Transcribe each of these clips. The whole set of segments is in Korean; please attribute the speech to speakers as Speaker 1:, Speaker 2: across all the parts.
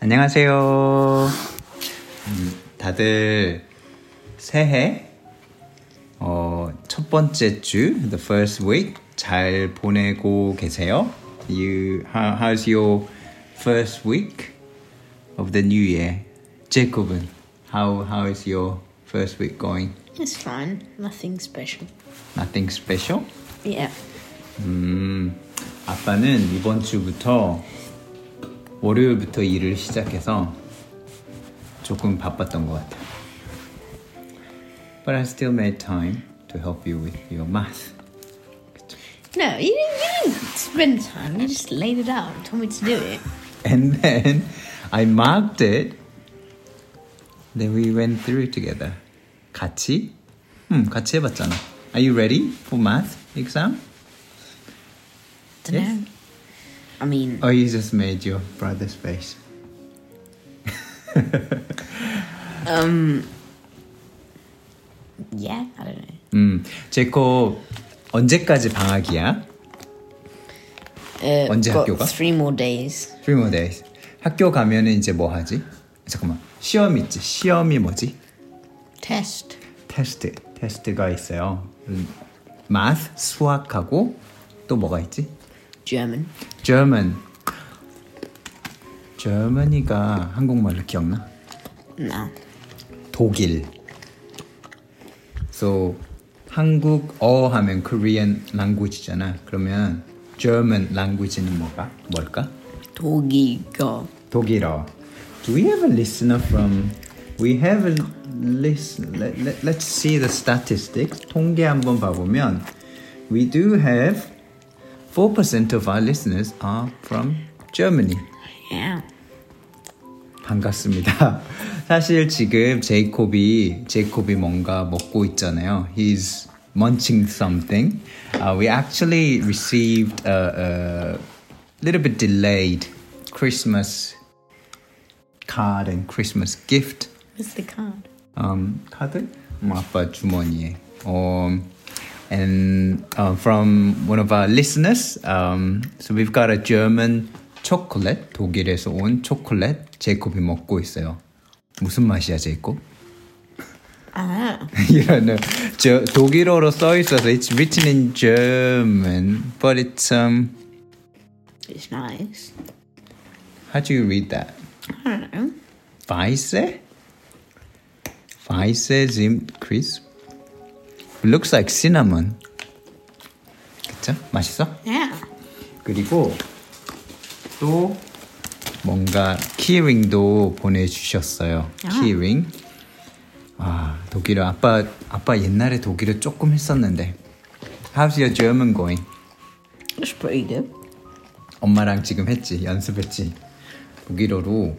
Speaker 1: 안녕하세요. 음, 다들 새해 어, 첫 번째 주 the first week 잘 보내고 계세요? You how, how's your first week of the new year? 제콥은 how how is your first week going?
Speaker 2: It's fine. Nothing special.
Speaker 1: Nothing special?
Speaker 2: Yeah.
Speaker 1: 음, 아빠는 이번 주부터 월요일부터 일을 시작해서 조금 바빴던 것 같아. But I still made time to help you with your math.
Speaker 2: No, you didn't, you didn't spend time. You just laid it out and told me to do it.
Speaker 1: And then I marked it. Then we went through together. 같이? 음, 같이 해봤잖아. Are you ready for math exam?
Speaker 2: Dunno. I mean,
Speaker 1: Oh, you just made your brother's face.
Speaker 2: yeah, I don't know.
Speaker 1: 음, 제코 언제까지 방학이야?
Speaker 2: Uh,
Speaker 1: 언제
Speaker 2: got
Speaker 1: 학교가?
Speaker 2: three more days.
Speaker 1: Three more days. 학교 가면은 이제 뭐 하지? 잠깐만. 시험 있지. 시험이 뭐지?
Speaker 2: Test.
Speaker 1: 테스트. 테스트가 있어요. 음. math 수학하고 또 뭐가 있지?
Speaker 2: German.
Speaker 1: German. Germany가 한국말로 기억나?
Speaker 2: No.
Speaker 1: 독일. So 한국어 하면 Korean language잖아. 그러면 German language는 뭐가? 뭘까?
Speaker 2: Torgigo.
Speaker 1: 독일어. Do we have a listener from? We have a listen. Let, let, let's see the statistics. 통계 한번 봐보면, we do have four percent of our listeners are from Germany.
Speaker 2: Yeah.
Speaker 1: 반갑습니다. 사실 지금 제이콥이 제이콥이 뭔가 먹고 있잖아요. He's munching something. Uh, we actually received a, a little bit delayed Christmas card and Christmas gift.
Speaker 2: Where's the card?
Speaker 1: um, 카드? 음, 아빠 주머니에. Um, and uh, from one of our listeners, um, so we've got a German chocolate, 독일에서 온 초콜릿 제이콥이 먹고 있어요. 무슨 맛이야, 제이콥?
Speaker 2: Ah.
Speaker 1: 이거는 저 독일어로 써 있어서 it's written in German, but it's um
Speaker 2: It's nice.
Speaker 1: how do you read that?
Speaker 2: I don't know.
Speaker 1: Weiße? Weiße sind crisp. Looks like cinnamon. 그쵸? 맛있어?
Speaker 2: Yeah.
Speaker 1: 그리고 또 뭔가 키링도 보내주셨어요.
Speaker 2: 아.
Speaker 1: 키링. 아 독일어 아빠 아빠 옛날에 독일어 조금 했었는데. How's your German going?
Speaker 2: It's pretty good.
Speaker 1: 엄마랑 지금 했지 연습했지 독일어로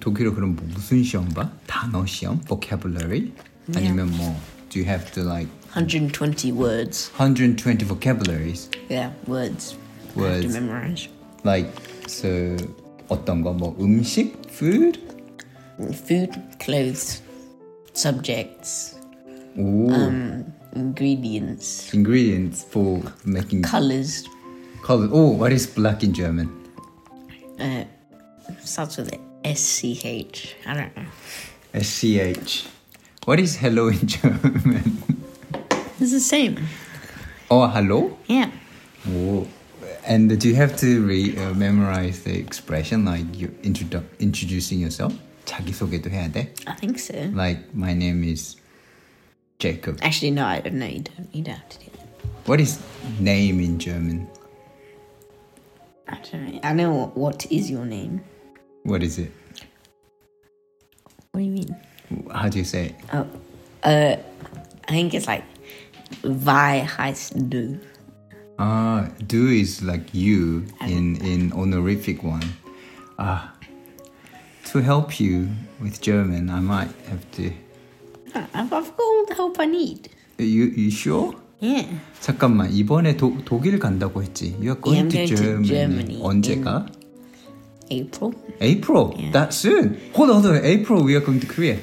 Speaker 1: 독일어 그럼 뭐 무슨 시험 봐? 단어 시험? vocabulary? 아니면 뭐 do you have to like
Speaker 2: 120 words.
Speaker 1: 120 vocabularies
Speaker 2: Yeah, words. I have to
Speaker 1: Words.
Speaker 2: memorize.
Speaker 1: like so 어떤 거 뭐 음식? food?
Speaker 2: Food, clothes, subjects,
Speaker 1: 오
Speaker 2: ingredients,
Speaker 1: ingredients for making
Speaker 2: colors.
Speaker 1: color 오 what is black in German?
Speaker 2: uh, starts with S C H. I don't know.
Speaker 1: SCH what is hello in German?
Speaker 2: It's the same.
Speaker 1: oh hello?
Speaker 2: Yeah.
Speaker 1: Oh, and do you have to re, uh, memorize the expression like you introdu- introducing yourself? 자기소개도 해야 돼?
Speaker 2: I think so.
Speaker 1: Like my name is Jacob.
Speaker 2: Actually, no. I don't know. You don't. You don't have to do that.
Speaker 1: What is name in German?
Speaker 2: I don't know. I know what, what is your name.
Speaker 1: What is it?
Speaker 2: What do you mean?
Speaker 1: How do you say it?
Speaker 2: Oh, uh, I think it's like Vi heißt du.
Speaker 1: Ah, do is like you in in honorific one. Ah, to help you with German, I might have to.
Speaker 2: Oh, I've, I've got all the help I need.
Speaker 1: You you sure?
Speaker 2: Yeah.
Speaker 1: 잠깐만 이번에 도, 독일 간다고 했지. You are going,
Speaker 2: Yeah, I'm
Speaker 1: to,
Speaker 2: going to
Speaker 1: Germany.
Speaker 2: Germany
Speaker 1: 언제가?
Speaker 2: April.
Speaker 1: April. That soon. Hold on, hold on. April we are going to Korea.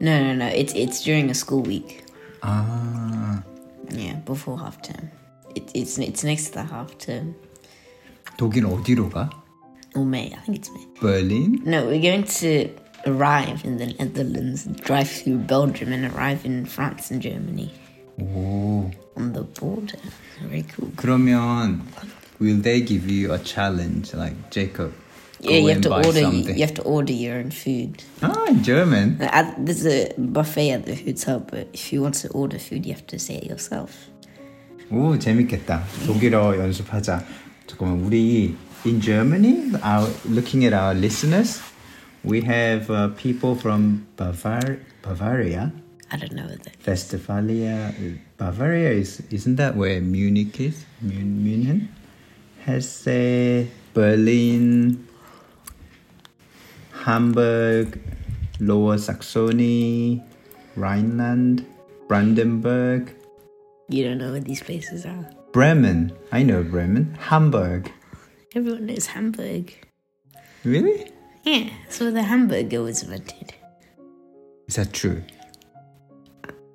Speaker 2: No, no, no. It's it's during a school week.
Speaker 1: 아
Speaker 2: Yeah, before half term. It, it's it's next to the half term.
Speaker 1: 독일 어디로 가?
Speaker 2: or May. I think it's May.
Speaker 1: Berlin?
Speaker 2: No, we're going to arrive in the Netherlands, drive through Belgium, and arrive in France and Germany
Speaker 1: 오.
Speaker 2: on the border. Very cool.
Speaker 1: 그러면 will they give you a challenge like Jacob?
Speaker 2: Yeah, 예, you
Speaker 1: go
Speaker 2: have
Speaker 1: and
Speaker 2: to
Speaker 1: buy
Speaker 2: order.
Speaker 1: something.
Speaker 2: You have to order your own food.
Speaker 1: Ah, in German.
Speaker 2: Like, at- There's a buffet at the hotel, but if you want to order food, you have to say it yourself.
Speaker 1: 오, 재밌겠다. 독일어 연습하자. 잠깐만, 우리 in Germany, our, looking at our listeners, we have uh, people from Bavar Bavaria,
Speaker 2: I don't know what that.
Speaker 1: Westphalia. Bavaria is isn't that where Munich is? Mun- Munich, Hesse, Berlin, Hamburg, Lower Saxony, Rhineland, Brandenburg.
Speaker 2: You don't know what these places are.
Speaker 1: Bremen. I know Bremen. Hamburg.
Speaker 2: Everyone knows Hamburg.
Speaker 1: Really?
Speaker 2: Yeah, that's where the hamburger was invented.
Speaker 1: Is that true?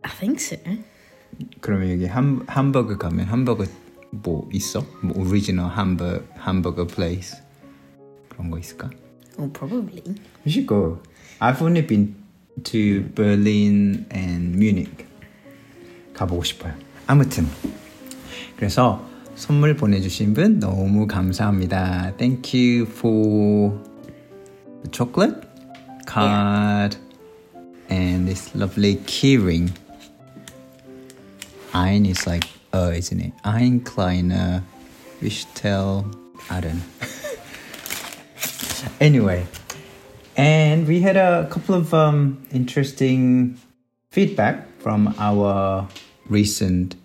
Speaker 2: I think so.
Speaker 1: 그러면 여기 함, 함버거 가면 함버거 뭐 있어? 뭐 오리지널 함버 hamburger place 그런 거 있을까?
Speaker 2: Or Oh, probably.
Speaker 1: We should go. I've only been to Berlin and Munich. 가보고 싶어요. 아무튼 그래서 선물 보내주신 분 너무 감사합니다. Thank you for the chocolate card and this lovely keyring. Ein is like uh, isn't it? Ein kleiner Wichtel. I don't know. anyway and we had a couple of um, interesting feedback from our recent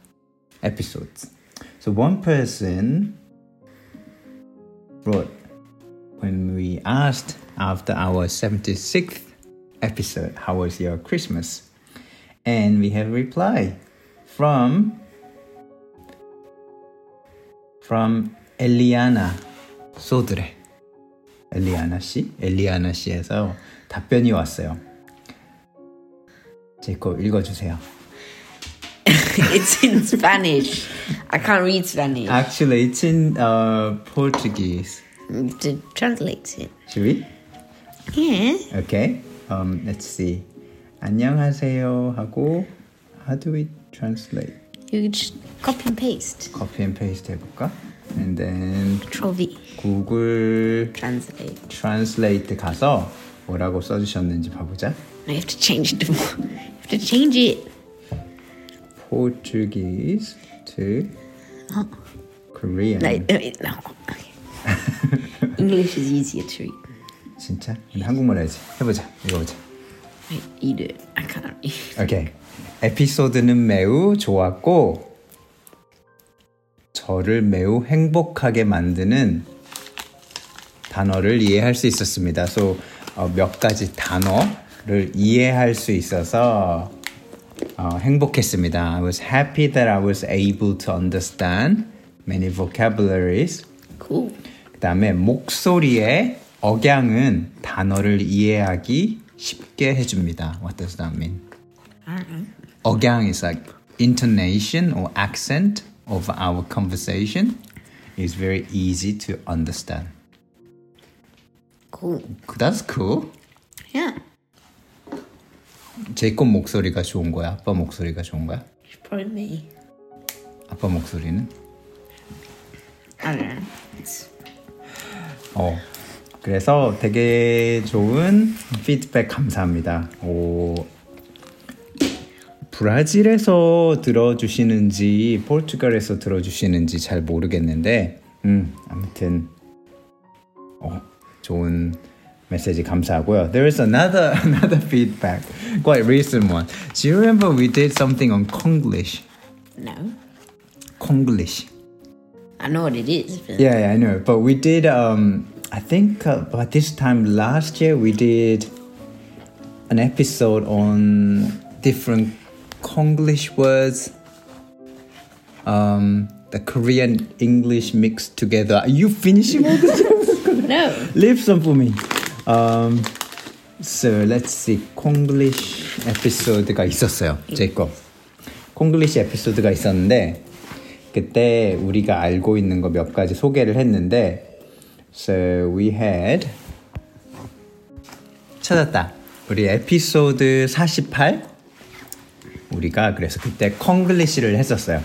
Speaker 1: episodes so one person wrote when we asked after our 76th episode how was your christmas and we have a reply from from eliana sodre 엘리아나 씨, 엘리아나 씨에서 답변이 왔어요. 제거 읽어주세요.
Speaker 2: it's in Spanish. I can't read Spanish.
Speaker 1: Actually, it's in uh, Portuguese.
Speaker 2: to translate it.
Speaker 1: Should we?
Speaker 2: Yeah.
Speaker 1: Okay. Um, let's see. 안녕하세요 하고 how do we translate?
Speaker 2: You could just copy and paste.
Speaker 1: copy and paste 해볼까? And then
Speaker 2: Control V.
Speaker 1: 구글
Speaker 2: Translate.
Speaker 1: translate 가서 뭐라고 써주셨는지 봐보자.
Speaker 2: I have to change it. you have to change it.
Speaker 1: Portuguese to
Speaker 2: Oh.
Speaker 1: Korean.
Speaker 2: No, no, it- no. Okay. English is easier to read.
Speaker 1: 진짜? 근데 한국말 해야지. 해보자. 읽어보자.
Speaker 2: Wait, you do it. I can't read.
Speaker 1: 오케이. 에피소드는 매우 좋았고 저를 매우 행복하게 만드는 단어를 이해할 수 있었습니다. so, 어, 몇 가지 단어를 이해할 수 있어서 어, 행복했습니다. I was happy that I was able to understand many vocabularies
Speaker 2: Cool.
Speaker 1: 그다음에 목소리의 억양은 단어를 이해하기 쉽게 해줍니다. What does that mean?
Speaker 2: I don't know.
Speaker 1: 억양 is like intonation or accent of our conversation is very easy to understand.
Speaker 2: Cool.
Speaker 1: That's cool.
Speaker 2: Yeah.
Speaker 1: 제이콥 목소리가 좋은 거야? 아빠 목소리가 좋은 거야?
Speaker 2: It's probably me.
Speaker 1: 아빠 목소리는?
Speaker 2: I don't know. It's
Speaker 1: 어. 그래서 되게 좋은 피드백 감사합니다. 오. 브라질에서 들어주시는지 포르투갈에서 들어주시는지 잘 모르겠는데 음, 아무튼 어, 좋은 메시지 감사하고요. There is another another feedback. Quite recent one. Do you remember we did something on Konglish?
Speaker 2: no.
Speaker 1: Konglish.
Speaker 2: I know what it is. But
Speaker 1: Yeah, yeah, I know. But we did. Um, I think uh, by this time last year we did an episode on different Konglish words. Um, the Korean English mixed together. Are you finishing all this?
Speaker 2: No.
Speaker 1: Leave some for me. Um, so let's see. Konglish 에피소드가 있었어요. 제이콥. 콩글리시 에피소드가 있었는데 그때 우리가 알고 있는 거 몇 가지 소개를 했는데 So we had 찾았다. 우리 에피소드 48 우리가 그래서 그때 콩글리시를 했었어요.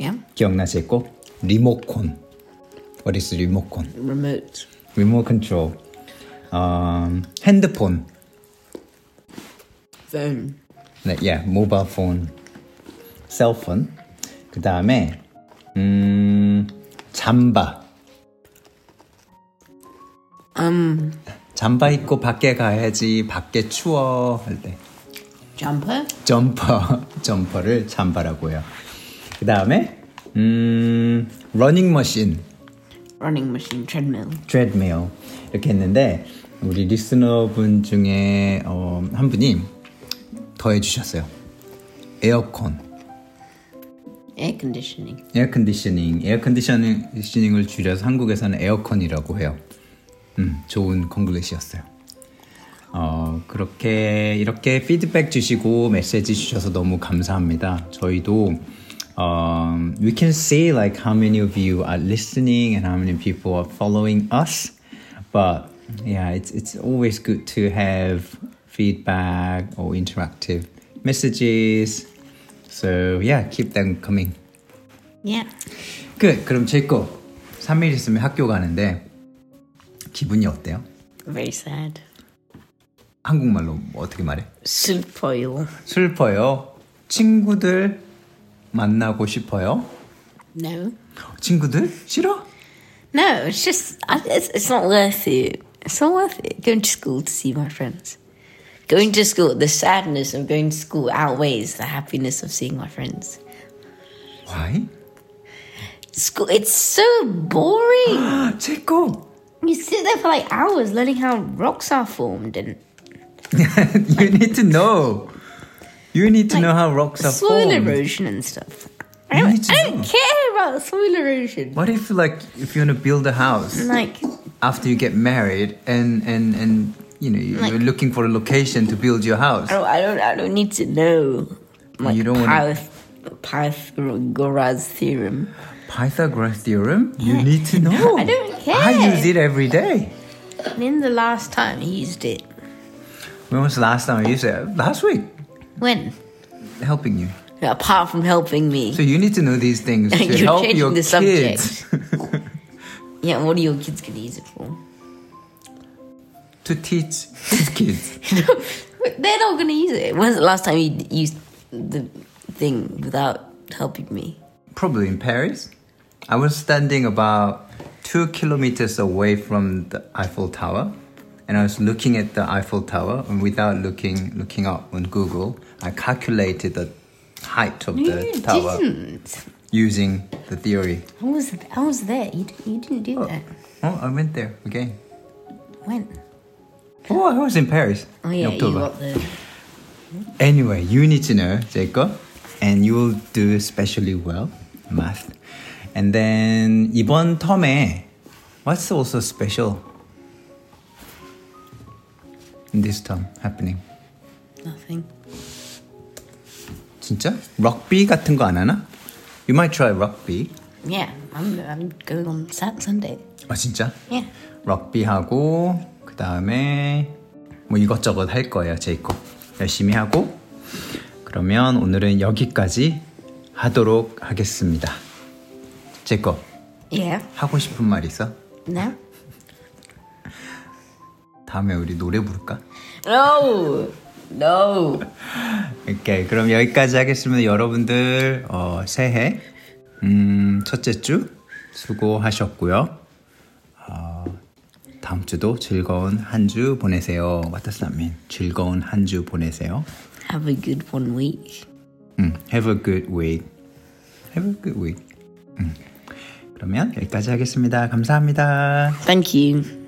Speaker 2: Yeah?
Speaker 1: 기억나시고 리모콘. What is 리모콘?
Speaker 2: Remote.
Speaker 1: 리모컨 컨트롤. 음, 핸드폰.
Speaker 2: Phone.
Speaker 1: 네, 예, 모바일 폰, 셀폰. 그 다음에 음 잠바.
Speaker 2: Um,
Speaker 1: 잠바 입고 밖에 가야지 밖에 추워 할 때
Speaker 2: jumper.
Speaker 1: 점퍼 점퍼를 잠바라고요. 그 다음에 음 러닝 머신,
Speaker 2: Running machine. Treadmill.
Speaker 1: 트레드밀 이렇게 했는데 우리 리스너분 중에 어, 한 분이 더해 주셨어요. 에어컨.
Speaker 2: Air conditioning.
Speaker 1: 에어컨디셔닝, 에어컨디셔닝을 줄여서 한국에서는 에어컨이라고 해요. 음, 좋은 콩글리시였어요. 어, 그렇게 이렇게 피드백 주시고 메시지 주셔서 너무 감사합니다. 저희도 um, we can see like how many of you are listening and how many people are following us, but yeah, it's it's always good to have feedback or interactive messages. So yeah, keep them coming.
Speaker 2: Yeah.
Speaker 1: 그 그럼 제거 3일 있으면 학교 가는데 기분이 어때요?
Speaker 2: Very sad.
Speaker 1: 한국말로 뭐 어떻게 말해?
Speaker 2: Super.
Speaker 1: 슬퍼요. 친구들 만나고 싶어요.
Speaker 2: No.
Speaker 1: 친구들 싫어?
Speaker 2: No, it's just I, it's, it's not worth it. It's not worth it. Going to school to see my friends. Going to school, the sadness of going to school outweighs the happiness of seeing my friends.
Speaker 1: Why?
Speaker 2: School, it's so boring.
Speaker 1: 제거
Speaker 2: you sit there for like hours learning how rocks are formed and
Speaker 1: You need to know. You need to know how rocks are
Speaker 2: soil
Speaker 1: formed.
Speaker 2: erosion and stuff.
Speaker 1: You
Speaker 2: I don't,
Speaker 1: need to
Speaker 2: I don't
Speaker 1: know.
Speaker 2: care about soil erosion.
Speaker 1: What if like if you want to build a house
Speaker 2: Like,
Speaker 1: after you get married and and and you know you're
Speaker 2: Like-
Speaker 1: looking for a location to build your house?
Speaker 2: I don't, I don't, I don't need to know. Like
Speaker 1: You don't wanna-
Speaker 2: Pyth- Pythagoras theorem.
Speaker 1: Pythagoras theorem? You need to know.
Speaker 2: I don't care.
Speaker 1: I use it every day.
Speaker 2: When the last time I used it?
Speaker 1: When was the last time I used it? Last week.
Speaker 2: When?
Speaker 1: Helping you.
Speaker 2: Apart from helping me.
Speaker 1: So you need to know these things to
Speaker 2: You're
Speaker 1: help
Speaker 2: changing
Speaker 1: your
Speaker 2: the subject.
Speaker 1: kids
Speaker 2: yeah, what are your kids going to use it for?
Speaker 1: to teach these kids.
Speaker 2: They're not going to use it. When's the last time you d- used the thing without helping me?
Speaker 1: Probably in Paris. I was standing about two kilometers away from the Eiffel Tower, and I was looking at the Eiffel Tower, and without looking looking up on Google, I calculated the height of the
Speaker 2: you
Speaker 1: tower
Speaker 2: didn't.
Speaker 1: using the theory.
Speaker 2: I was, I was there. You, d- you didn't do that.
Speaker 1: Oh, I went there again.
Speaker 2: When?
Speaker 1: Oh, I was in Paris.
Speaker 2: Oh, yeah,
Speaker 1: in
Speaker 2: you
Speaker 1: October.
Speaker 2: got the.
Speaker 1: Anyway, you need to know, Jacob, and you will do especially well math. And then 이번 텀에 what's also special in this term happening?
Speaker 2: Nothing.
Speaker 1: 진짜? 럭비 같은 거 안 하나? You might try rugby.
Speaker 2: Yeah, I'm, I'm going on Sat Sunday.
Speaker 1: 아 진짜?
Speaker 2: Yeah.
Speaker 1: 럭비 하고 그 다음에 뭐 이것저것 할 거예요, 제이콥. 열심히 하고 그러면 오늘은 여기까지 하도록 하겠습니다. 제이콥
Speaker 2: Yeah.
Speaker 1: 하고 싶은 말 있어?
Speaker 2: No?
Speaker 1: 다음에 우리 노래 부를까?
Speaker 2: No! No!
Speaker 1: 오케이 그럼 여기까지 하겠습니다. 여러분들 어, 새해 음, 첫째 주 수고하셨고요. 어, 다음 주도 즐거운 한 주 보내세요. What does that mean? 즐거운 한 주 보내세요.
Speaker 2: Have a good one week.
Speaker 1: 음, have a good week. Have a good week. 음. 그러면 여기까지 하겠습니다. 감사합니다.
Speaker 2: Thank you.